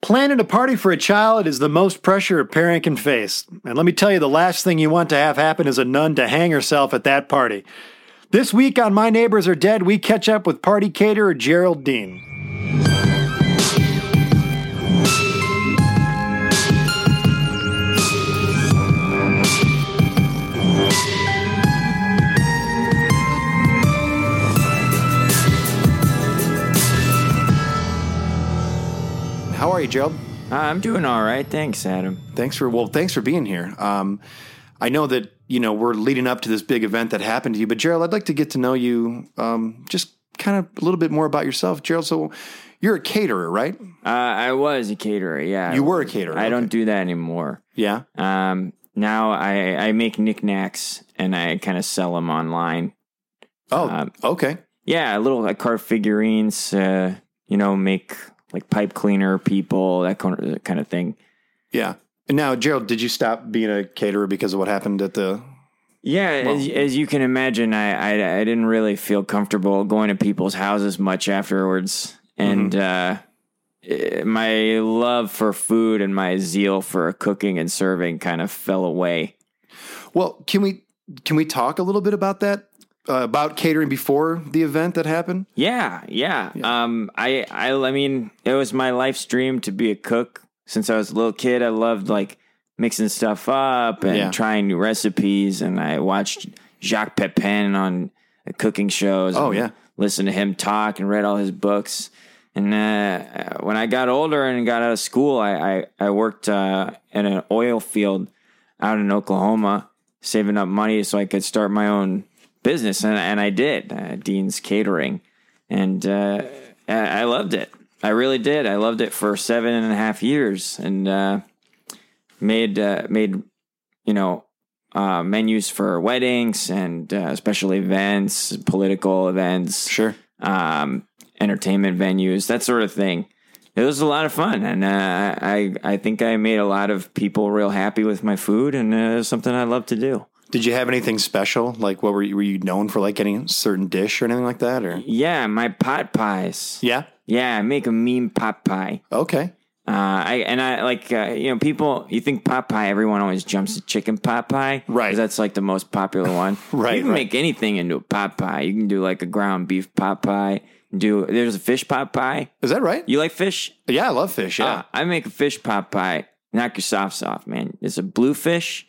Planning a party for a child is the most pressure a parent can face. And let me tell you, the last thing you want to have happen is a nun to hang herself at that party. This week on My Neighbors Are Dead, we catch up with party caterer Gerald Dean. How are you, Gerald? I'm doing all right. Thanks, Adam. Thanks for well, thanks for being here. Um, I know that you know we're leading up to this big event that happened to you, but Gerald, I'd like to get to know you. Um, just kind of a little bit more about yourself, Gerald. So you're a caterer, right? Uh, I was a caterer. Yeah. You were a caterer. I okay. don't do that anymore. Yeah. Um, now I, I make knickknacks and I kind of sell them online. Oh, um, okay. Yeah, a little like carve figurines. Uh, you know, make like pipe cleaner people, that kind of kind of thing. Yeah. And now, Gerald, did you stop being a caterer because of what happened at the? Yeah, Well- as, as you can imagine, I, I I didn't really feel comfortable going to people's houses much afterwards, and Mm-hmm. uh, eh, my love for food and my zeal for cooking and serving kind of fell away. Well, can we can we talk a little bit about that? Uh, about catering before the event that happened? Yeah, yeah. Um, I, I, I mean, it was my life's dream to be a cook. Since I was a little kid, I loved like mixing stuff up and Yeah. trying new recipes. And I watched Jacques Pepin on uh, cooking shows. Oh, and yeah. listened to him talk and read all his books. And uh, when I got older and got out of school, I I, I worked uh, in an oil field out in Oklahoma, saving up money so I could start my own business, and, and I did. Uh, Dean's Catering, and uh, I I loved it. I really did. I loved it for seven and a half years, and uh, made uh, made you know uh, menus for weddings and uh, special events, political events, Sure. um, entertainment venues, that sort of thing. It was a lot of fun, and uh, I I think I made a lot of people real happy with my food, and uh, it was something I love to do. Did you have anything special? Like, what were you, were you known for? Like any certain dish or anything like that? Or Yeah, my pot pies. yeah. Yeah, I make a mean pot pie. Okay. Uh, I and I like uh, you know people. You think pot pie? Everyone always jumps to chicken pot pie, 'cause Right. That's like the most popular one. Right, You can right. make anything into a pot pie. You can do like a ground beef pot pie. Do there's a fish pot pie. Is that right? You like fish? Yeah, I love fish. Yeah. Ah, I make a fish pot pie. Knock your softs off, man. It's a bluefish,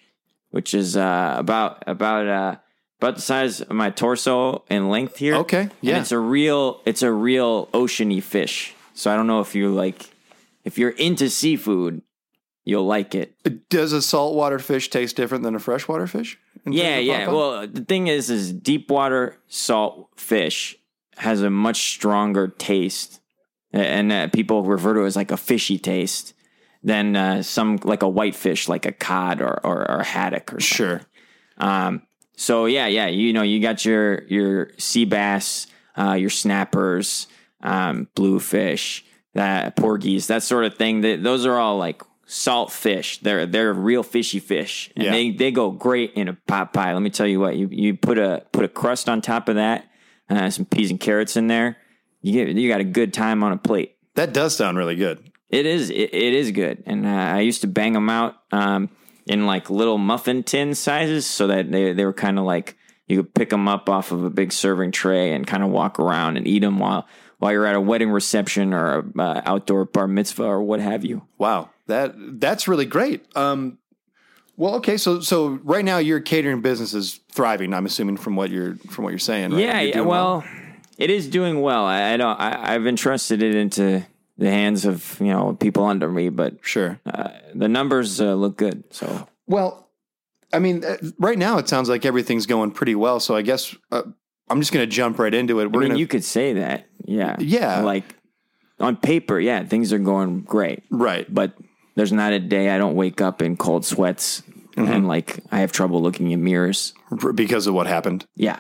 which is uh, about about uh, about the size of my torso in length here. Okay, And yeah. it's a real it's a real oceany fish. So I don't know if you like if you're into seafood, you'll like it. Uh, Does a saltwater fish taste different than a freshwater fish? in Yeah, terms of yeah. pop-up? Well, the thing is, is deep water salt fish has a much stronger taste, and uh, people refer to it as like a fishy taste than uh, some like a white fish, like a cod or or, or haddock or something. sure. Um, so yeah, yeah, you know, you got your your sea bass, uh, your snappers, um, bluefish, that porgies, that sort of thing. Th those are all like salt fish. They're they're real fishy fish, and Yeah. they they go great in a pot pie. Let me tell you what you you put a put a crust on top of that, uh, some peas and carrots in there. You get you got a good time on a plate. That does sound really good. It is. It, it is good, and uh, I used to bang them out um, in like little muffin tin sizes, so that they they were kind of like you could pick them up off of a big serving tray and kind of walk around and eat them while while you're at a wedding reception or a uh, outdoor bar mitzvah or what have you. Wow. That that's really great. Um well, okay, so so right now your catering business is thriving, I'm assuming from what you're from what you're saying, right? Yeah, You're yeah. doing Well, it is doing well. I, I don't. I, I've entrusted it into the hands of you know people under me, but sure. uh, the numbers uh, look good. So Well, I mean, uh, right now it sounds like everything's going pretty well, so I guess uh, I'm just going to jump right into it. We're I mean, going to you could say that. Yeah. Yeah. Like on paper, yeah, things are going great, right. but there's not a day I don't wake up in cold sweats Mm-hmm. and like I have trouble looking in mirrors. because of what happened. Yeah.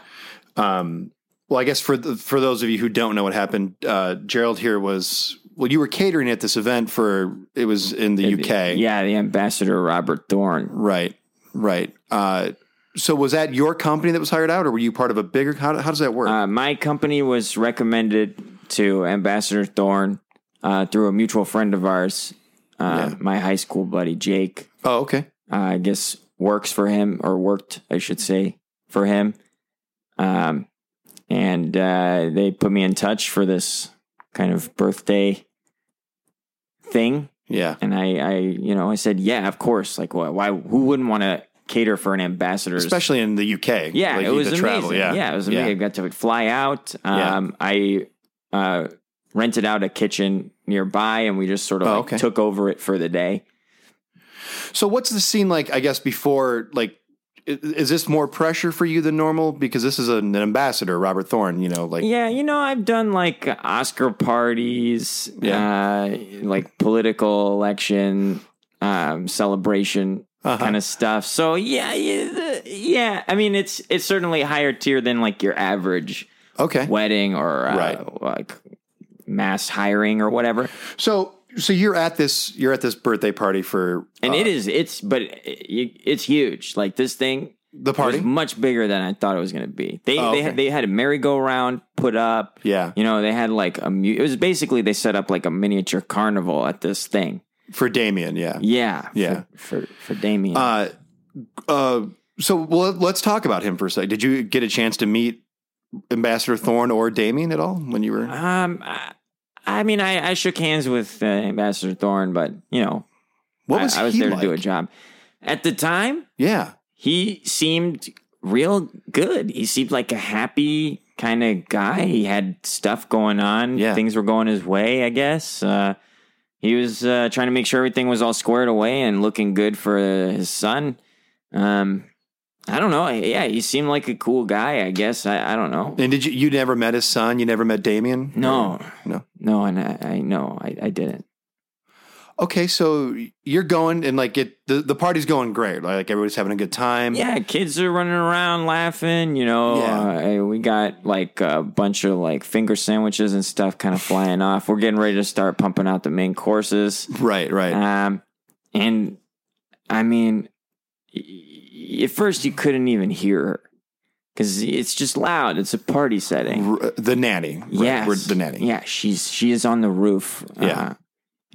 Um, well, I guess for the, for those of you who don't know what happened, uh, Gerald here was well, you were catering at this event for it was in the UK, Yeah, the ambassador Robert Thorne. right, right. Uh, so was that your company that was hired out, or were you part of a bigger? How, how does that work? Uh, my company was recommended to Ambassador Thorne uh, through a mutual friend of ours Uh, Yeah. My high school buddy Jake, Oh, okay. uh, I guess, works for him or worked, I should say, for him. Um, and uh, they put me in touch for this kind of birthday thing. Yeah. And I, I, you know, I said, yeah, of course. Like, why? why who wouldn't want to cater for an ambassador's? Especially in the UK. yeah, like it was the amazing. travel. yeah. Yeah. it was amazing. I got to fly out. Um, I uh, rented out a kitchen nearby, and we just sort of Oh, like, okay. took over it for the day. So what's the scene like? I guess before like. i- Is this more pressure for you than normal? Because this is an ambassador, Robert Thorne. You know, like Yeah, you know, I've done like Oscar parties, uh, like political election um, celebration Uh-huh. kind of stuff. So yeah, yeah, yeah. I mean, it's it's certainly higher tier than like your average okay. wedding or uh, Right. like mass hiring or whatever. So so you're at this you're at this birthday party for And uh, it is it's but it, it's huge. Like this thing the was party. much bigger than I thought it was going to be. They Oh, they okay. had, they had a merry-go-round put up. Yeah, You know, they had like a mu- it was basically they set up like a miniature carnival at this thing. for Damien. Yeah. Yeah. Yeah. For for, for Damien. Uh, uh. So well, let's talk about him for a sec. Did you get a chance to meet Ambassador Thorne or Damien at all when you were? um I, I mean I, I shook hands with uh, Ambassador Thorne, but you know, What was I, I was he there like? to do a job. At the time, Yeah. he seemed real good. He seemed like a happy kind of guy. He had stuff going on. Yeah. Things were going his way, I guess. Uh, he was uh, trying to make sure everything was all squared away and looking good for uh, his son. Um, I don't know. Yeah, he seemed like a cool guy, I guess. I, I don't know. And did you you never met his son? You never met Damien? No, No. no, and I, I no, I, I didn't. Okay, so you're going and like it the, the party's going great. Like everybody's having a good time. Yeah, kids are running around laughing. You know, Yeah. uh, we got like a bunch of like finger sandwiches and stuff kind of flying off. We're getting ready to start pumping out the main courses. Right, right. Um, and I mean, y- y- at first you couldn't even hear her because it's just loud. It's a party setting. R- uh, the nanny. Right, Yes. we're the nanny. Yeah, she's she is on the roof. Yeah. Uh,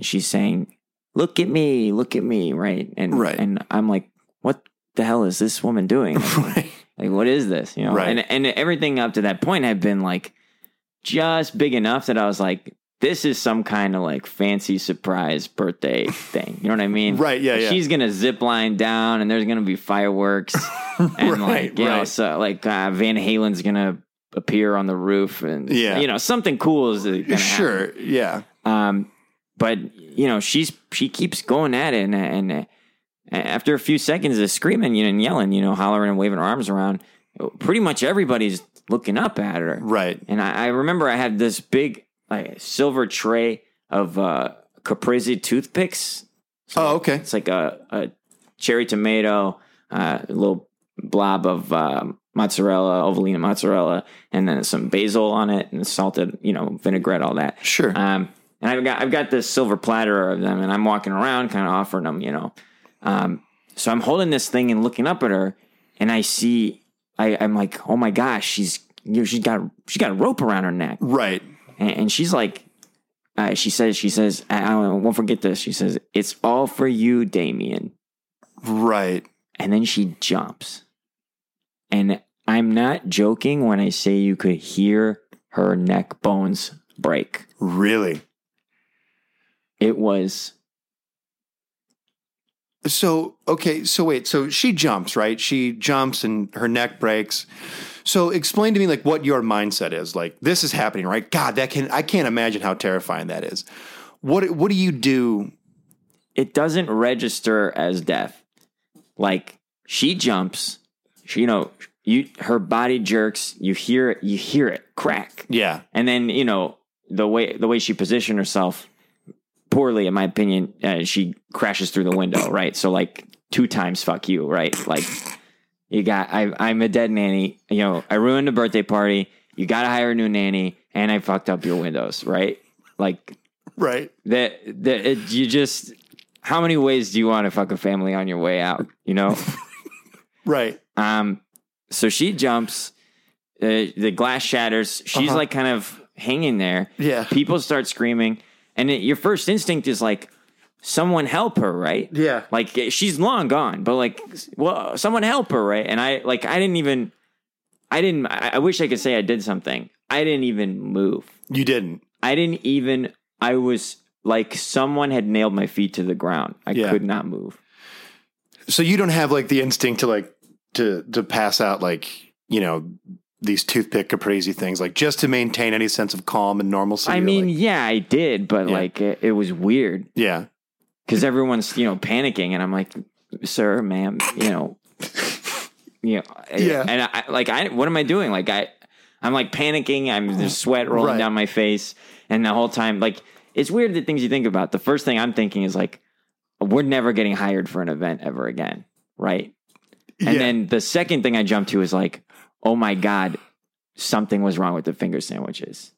she's saying, "Look at me, look at me," right? And Right. and I'm like, "What the hell is this woman doing? Right. like, what is this?" You know. Right. And and everything up to that point had been like just big enough that I was like, "This is some kind of like fancy surprise birthday thing." You know what I mean? Right, yeah, yeah. She's gonna zip line down, and there's gonna be fireworks. And Right, like, you know, right. so like uh, Van Halen's gonna appear on the roof, and Yeah. you know, something cool is gonna happen. Sure. Yeah. Um, but you know, she's she keeps going at it, and and uh, after a few seconds of screaming, you know, and yelling, you know, hollering and waving her arms around, pretty much everybody's looking up at her. Right. And I, I remember I had this big like silver tray of uh, Caprese toothpicks. Oh, okay. It's like a, a cherry tomato, uh, a little blob of um, mozzarella, ovalina mozzarella, and then some basil on it, and salted, you know, vinaigrette, all that. Sure. Um, and I've got I've got this silver platter of them, and I'm walking around, kind of offering them, you know. Um, so I'm holding this thing and looking up at her, and I see, I, I'm like, oh my gosh, she's you know, she's got she got a rope around her neck, right. and, and she's like, uh, she says she says I, I won't forget this. She says it's all for you, Damien, Right. and then she jumps, and I'm not joking when I say you could hear her neck bones break. Really. It was So okay, so wait, so she jumps, right? She jumps and her neck breaks. So explain to me like what your mindset is. Like this is happening, right? God, that can I can't imagine how terrifying that is. What what do you do? it doesn't register as death. Like she jumps, she, you know, you her body jerks. You hear it. You hear it crack, Yeah. and then you know the way the way she positioned herself poorly, in my opinion, uh, she crashes through the window. Right, so like two times, fuck you. Right, like you got. I, I'm a dead nanny. You know, I ruined the birthday party. You got to hire a new nanny, and I fucked up your windows. Right, like Right. that that it, you just how many ways do you want to fuck a family on your way out you know Right. um so she jumps uh, the glass shatters she's Uh-huh. like kind of hanging there Yeah. people start screaming and it, your first instinct is like someone help her, right? Yeah. Like she's long gone, but like, well, someone help her, right? And I like I didn't even, I didn't. I I wish I could say I did something. I didn't even move. You didn't. I didn't even. I was like someone had nailed my feet to the ground. I Yeah. could not move. So you don't have like the instinct to like to to pass out like you know these toothpick caprese things like just to maintain any sense of calm and normalcy. I You're mean, like- yeah, I did, but Yeah. like it, it was weird yeah, because everyone's you know panicking, and I'm like, sir, ma'am, you know, you know, Yeah. and I like I what am I doing? Like I, I'm like panicking. I'm there's sweat Right. rolling down my face, and the whole time like it's weird the things you think about. The first thing I'm thinking is like, we're never getting hired for an event ever again, right? And Yeah. then the second thing I jumped to is like, oh my God, something was wrong with the finger sandwiches.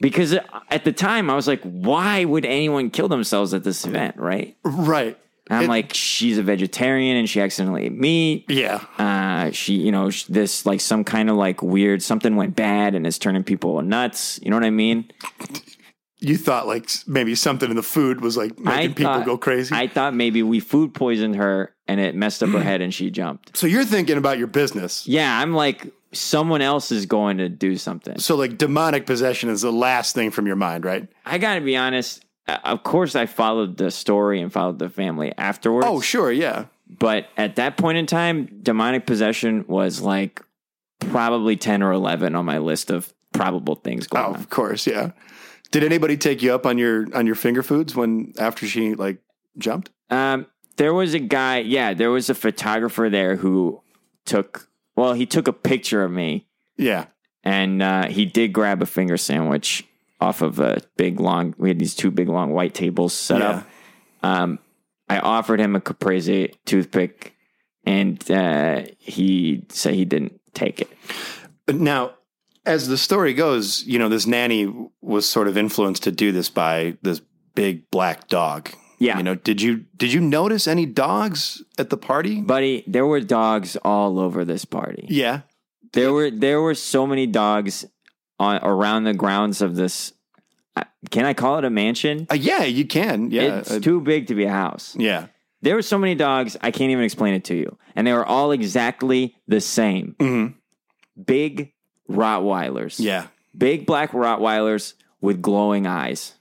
Because at the time I was like, why would anyone kill themselves at this event, right? right. And I'm It- like, she's a vegetarian and she accidentally ate meat. Yeah, Uh, she, you know, sh- this like some kind of like weird something went bad and it's turning people nuts. You know what I mean? you thought like s- maybe something in the food was like making people thought- go crazy. I thought maybe we food poisoned her and it messed up her head and she jumped. so you're thinking about your business. Yeah, I'm like someone else is going to do something. So like demonic possession is the last thing from your mind, right? I got to be honest. uh, Of course, I followed the story and followed the family afterwards. Oh, sure, yeah. but at that point in time, demonic possession was like probably ten or eleven on my list of probable things going Oh, on. of course, yeah. Did anybody take you up on your on your finger foods when after she like jumped? Um, there was a guy. Yeah, there was a photographer there who took. Well, he took a picture of me, Yeah. and uh, he did grab a finger sandwich off of a big long. We had these two big long white tables set Yeah. up. Um, I offered him a Caprese toothpick, and uh, he said he didn't take it. Now, as the story goes, you know, this nanny was sort of influenced to do this by this big black dog. Yeah. You know, did you did you notice any dogs at the party? Buddy, there were dogs all over this party. Yeah. There were there were so many dogs on, around the grounds of this. I- Can I call it a mansion? Uh, yeah, you can. Yeah. it's Uh, too big to be a house. yeah. There were so many dogs, I can't even explain it to you. And they were all exactly the same. Mhm. Big Rottweilers. Yeah. Big black Rottweilers with glowing eyes.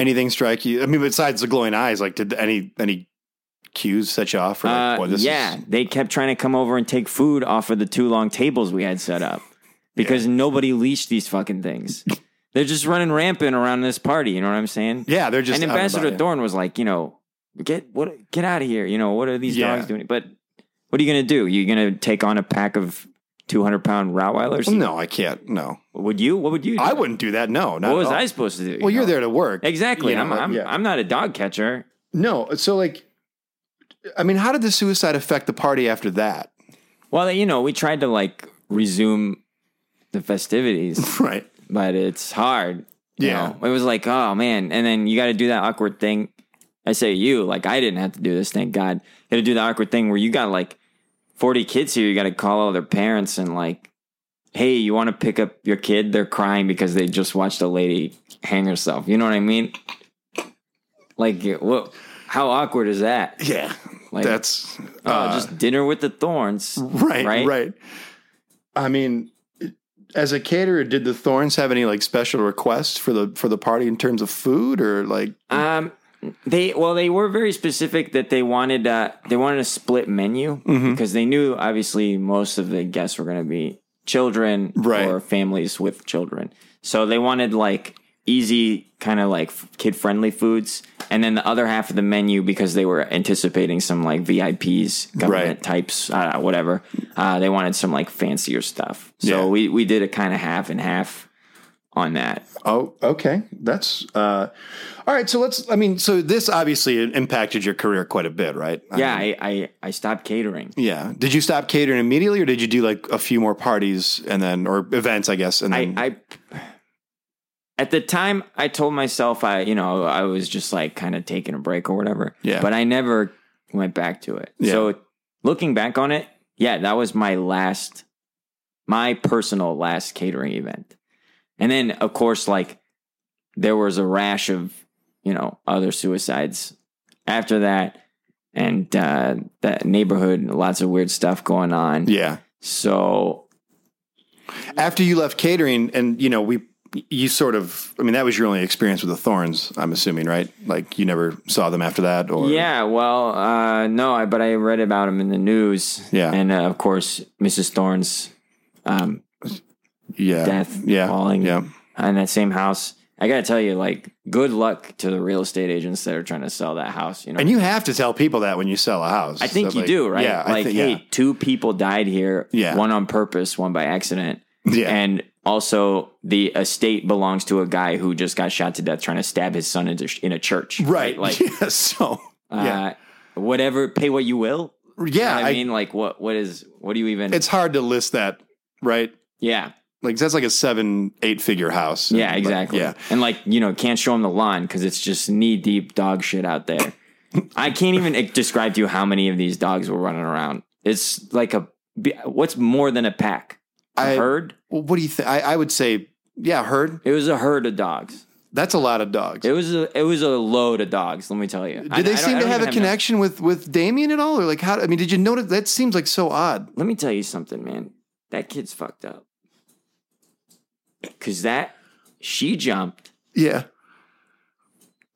Anything strike you? I mean, besides the glowing eyes, like did any any cues set you off? For like, Uh, boy, this yeah, Is, they kept trying to come over and take food off of the two long tables we had set up because nobody leashed these fucking things. They're just running rampant around this party. You know what I'm saying? yeah. They're just and out and Ambassador about, yeah. Thorne was like, you know, get what, get out of here. You know, what are these Yeah. dogs doing? But what are you gonna do? You gonna take on a pack of 200 pound Rottweilers? No, I can't. No, Would you? What would you? Do? Mm. I wouldn't do that. No, not What at was all. I supposed to do? Well, you you're know? there to work. Exactly. You know, I'm I'm, yeah. I'm not a dog catcher. No, so like, I mean, how did the suicide affect the party after that? Well, you know, we tried to like resume the festivities. Right. but it's hard. you Yeah. know? It was like, oh man. And then you got to do that awkward thing. I say you, like, I didn't have to do this, thank God. You got to do the awkward thing where you got like 40 kids here. You got to call all their parents and like, hey, you want to pick up your kid? They're crying because they just watched a lady hang herself. You know what I mean? Like, what? How awkward is that? Yeah. Like, That's oh, uh, just dinner with the thorns. right, right? right. I mean, as a caterer, did the Thorns have any like special requests for the for the party in terms of food or like? Um, they well, they were very specific that they wanted uh, they wanted a split menu Mm-hmm. because they knew obviously most of the guests were going to be children Right. or families with children, so they wanted like easy kind of like kid friendly foods, and then the other half of the menu because they were anticipating some like VIPs, government Right. types, uh, whatever. Uh, they wanted some like fancier stuff, so Yeah. we we did a kind of half and half on that. Oh, okay. That's uh, all right. So let's. I mean, so this obviously impacted your career quite a bit, right? I Yeah, mean, I I, I stopped catering. yeah. Did you stop catering immediately, or did you do like a few more parties and then, or events, I guess, and I, then I at the time I told myself I you know I was just like kind of taking a break or whatever. Yeah. But I never went back to it. Yeah. So looking back on it, yeah, that was my last my personal last catering event. And then of course like there was a rash of you know, other suicides after that. And uh, that neighborhood, lots of weird stuff going on. Yeah. So After you left catering, and you know, we you sort of, I mean, that was your only experience with the Thorns. I'm assuming, right? Like you never saw them after that, or Yeah, well, uh, no, I, but I read about him in the news. Yeah. and uh, of course, Mrs. Thorne's um, yeah, death, yeah, falling yeah. in that same house. I gotta tell you, like, good luck to the real estate agents that are trying to sell that house. You know, And you have to tell people that when you sell a house. I think That, you like- do, right? Yeah, I like, thi- hey, yeah. two people died here. Yeah. one on purpose, one by accident. Yeah. and also the estate belongs to a guy who just got shot to death trying to stab his son into, in a church. right? like, yeah, so yeah, uh, whatever, pay what you will. yeah. You know what I- I mean, like, what, what is, what do you even? it's hard to list that, right? yeah, Like that's like a seven, eight figure house. yeah, Like, exactly. yeah, and like, you know, can't show them the lawn because it's just knee deep dog shit out there. I can't even ex- describe to you how many of these dogs were running around. It's like a b- what's more than a pack? A I- herd? Well, what do you think? I, I would say, yeah, herd. It was a herd of dogs. That's a lot of dogs. It was a it was a load of dogs. Let me tell you. did they seem to have a connection with with Damien at all, or like how? I mean, did you notice that seems like so odd? Let me tell you something, man. That kid's fucked up. Cause that she jumped Yeah,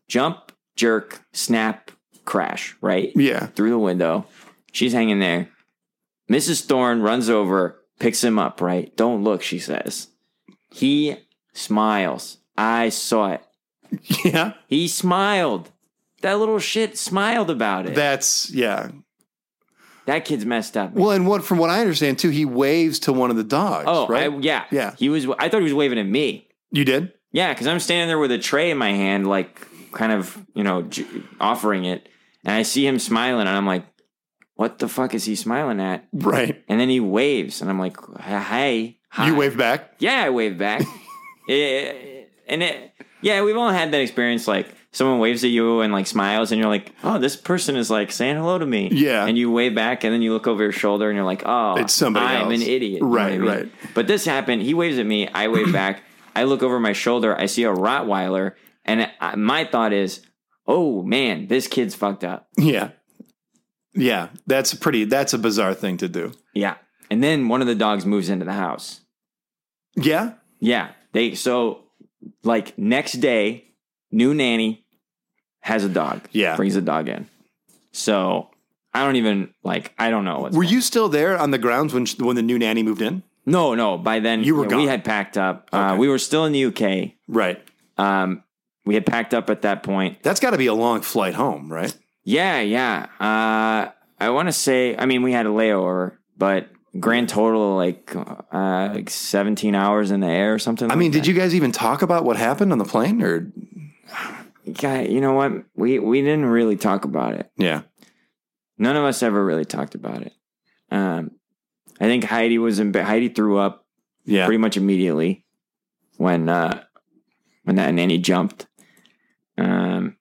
jump, jerk, snap, crash, right? yeah, Through the window. She's hanging there. Mrs. Thorne runs over, picks him up, right? Don't look, she says. He smiles. I saw it. yeah. He smiled. That little shit smiled about it. That, That's yeah. kid's messed up. Well, and what from what I understand too, he waves to one of the dogs. oh, right. I, yeah. Yeah. He was I thought he was waving at me. you did. Yeah, because I'm standing there with a tray in my hand, like kind of, you know, j- offering it. And I see him smiling, and I'm like, what the fuck is he smiling at? Right. And then he waves, and I'm like, "Hey, hi." You wave back. Yeah, I wave back. Eh, and it, yeah, we've all had that experience. Like someone waves at you and like smiles, and you're like, "Oh, this person is like saying hello to me." Yeah. and you wave back, and then you look over your shoulder, and you're like, "Oh, It's somebody I'm an else." idiot." You know what I Right, mean? right. But this happened. He waves at me. I wave back. I look over my shoulder. I see a Rottweiler, and I, my thought is, "Oh man, this kid's fucked up." Yeah. Yeah. That's a pretty. That's a bizarre thing to do. Yeah. And then one of the dogs moves into the house. Yeah. Yeah. They so like next day, new nanny has a dog. Yeah. Brings a dog in. So I don't even like I don't know what's Were you still there on the grounds when sh- when the new nanny moved in? No, no. By then You were we gone. had packed up. Uh, Okay. we were still in the UK. Right. Um we had packed up at that point. That's got to be a long flight home, right? Yeah, yeah. Uh I wanna say I mean we had a layover, but grand total like uh like seventeen hours in the air or something. I mean, did you guys even talk about what happened on the plane or guy you know what? We we didn't really talk about it. yeah. None of us ever really talked about it. Um, I think Heidi was in. Ba- Heidi threw up Yeah. pretty much immediately when uh, when that nanny jumped. Um,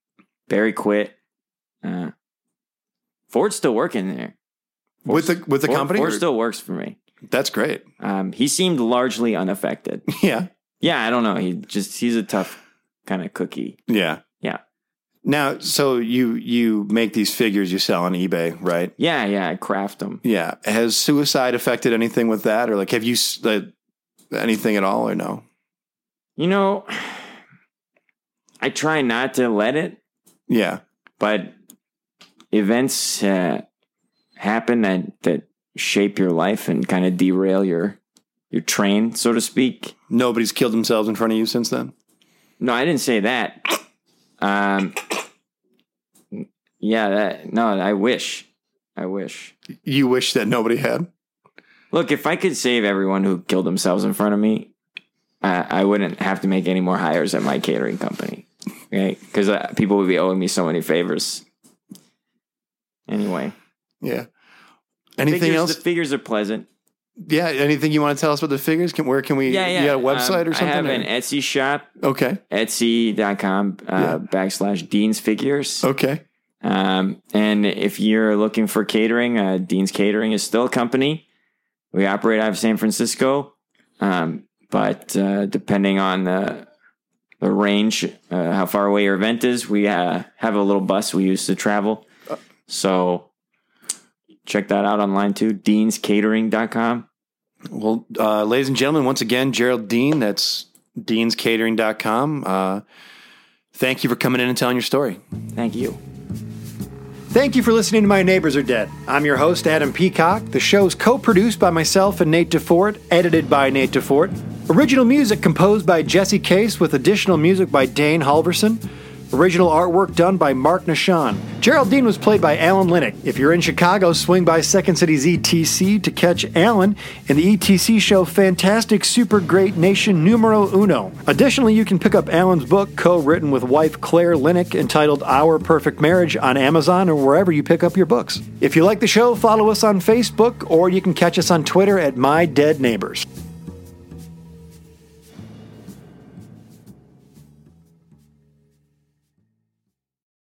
Barry quit. Uh, Ford's still working there. with the with the Ford, company? Ford or- still works for me. That's great. Um, he seemed largely unaffected. Yeah. yeah, I don't know. He just he's a tough kind of cookie. Yeah. Yeah. Now, so you you make these figures you sell on eBay, right? Yeah, yeah. I craft him. Yeah. Has suicide affected anything with that, or like have you s- uh, anything at all, or no? You know, I try not to let it Yeah. but events uh, happen that that shape your life and kind of derail your your train, so to speak. Nobody's killed themselves in front of you since then. No, I didn't say that. Um, yeah, that no, I wish, I wish. You wish that nobody had. Look, if I could save everyone who killed themselves in front of me, I, I wouldn't have to make any more hires at my catering company, right? Because uh, people would be owing me so many favors. Anyway, Yeah. Anything figures, else? The figures are pleasant. yeah. Anything you want to tell us about the figures? Can where can we? yeah, yeah. You got a website Um, or something? I have or- an Etsy shop, okay. etsy.com uh, Yeah. Oh. backslash Dean's Figures. Okay. Um, and if you're looking for catering, uh, Dean's Catering is still a company. We operate out of San Francisco. Um, but uh, depending on the the range, uh, how far away your event is. We uh, have a little bus we use to travel. Uh. So check that out online too. Dean'sCatering.com. Well, uh, ladies and gentlemen, once again, Gerald Dean, that's deanscatering.com. Uh, thank you for coming in and telling your story. Thank you. Thank you for listening to My Neighbors Are Dead. I'm your host, Adam Peacock. The show's co produced by myself and Nate DeFort, edited by Nate DeFort. Original music composed by Jesse Case with additional music by Dane Halverson. Original artwork done by Mark Nashan. Geraldine was played by Alan Linick. If you're in Chicago, swing by Second City's ETC E to catch Alan in the ETC show Fantastic Super Great Nation Numero Uno. Additionally, you can pick up Alan's book, co written with wife Claire Linick, entitled Our Perfect Marriage, on Amazon or wherever you pick up your books. If you like the show, follow us on Facebook or you can catch us on Twitter at My Dead Neighbors.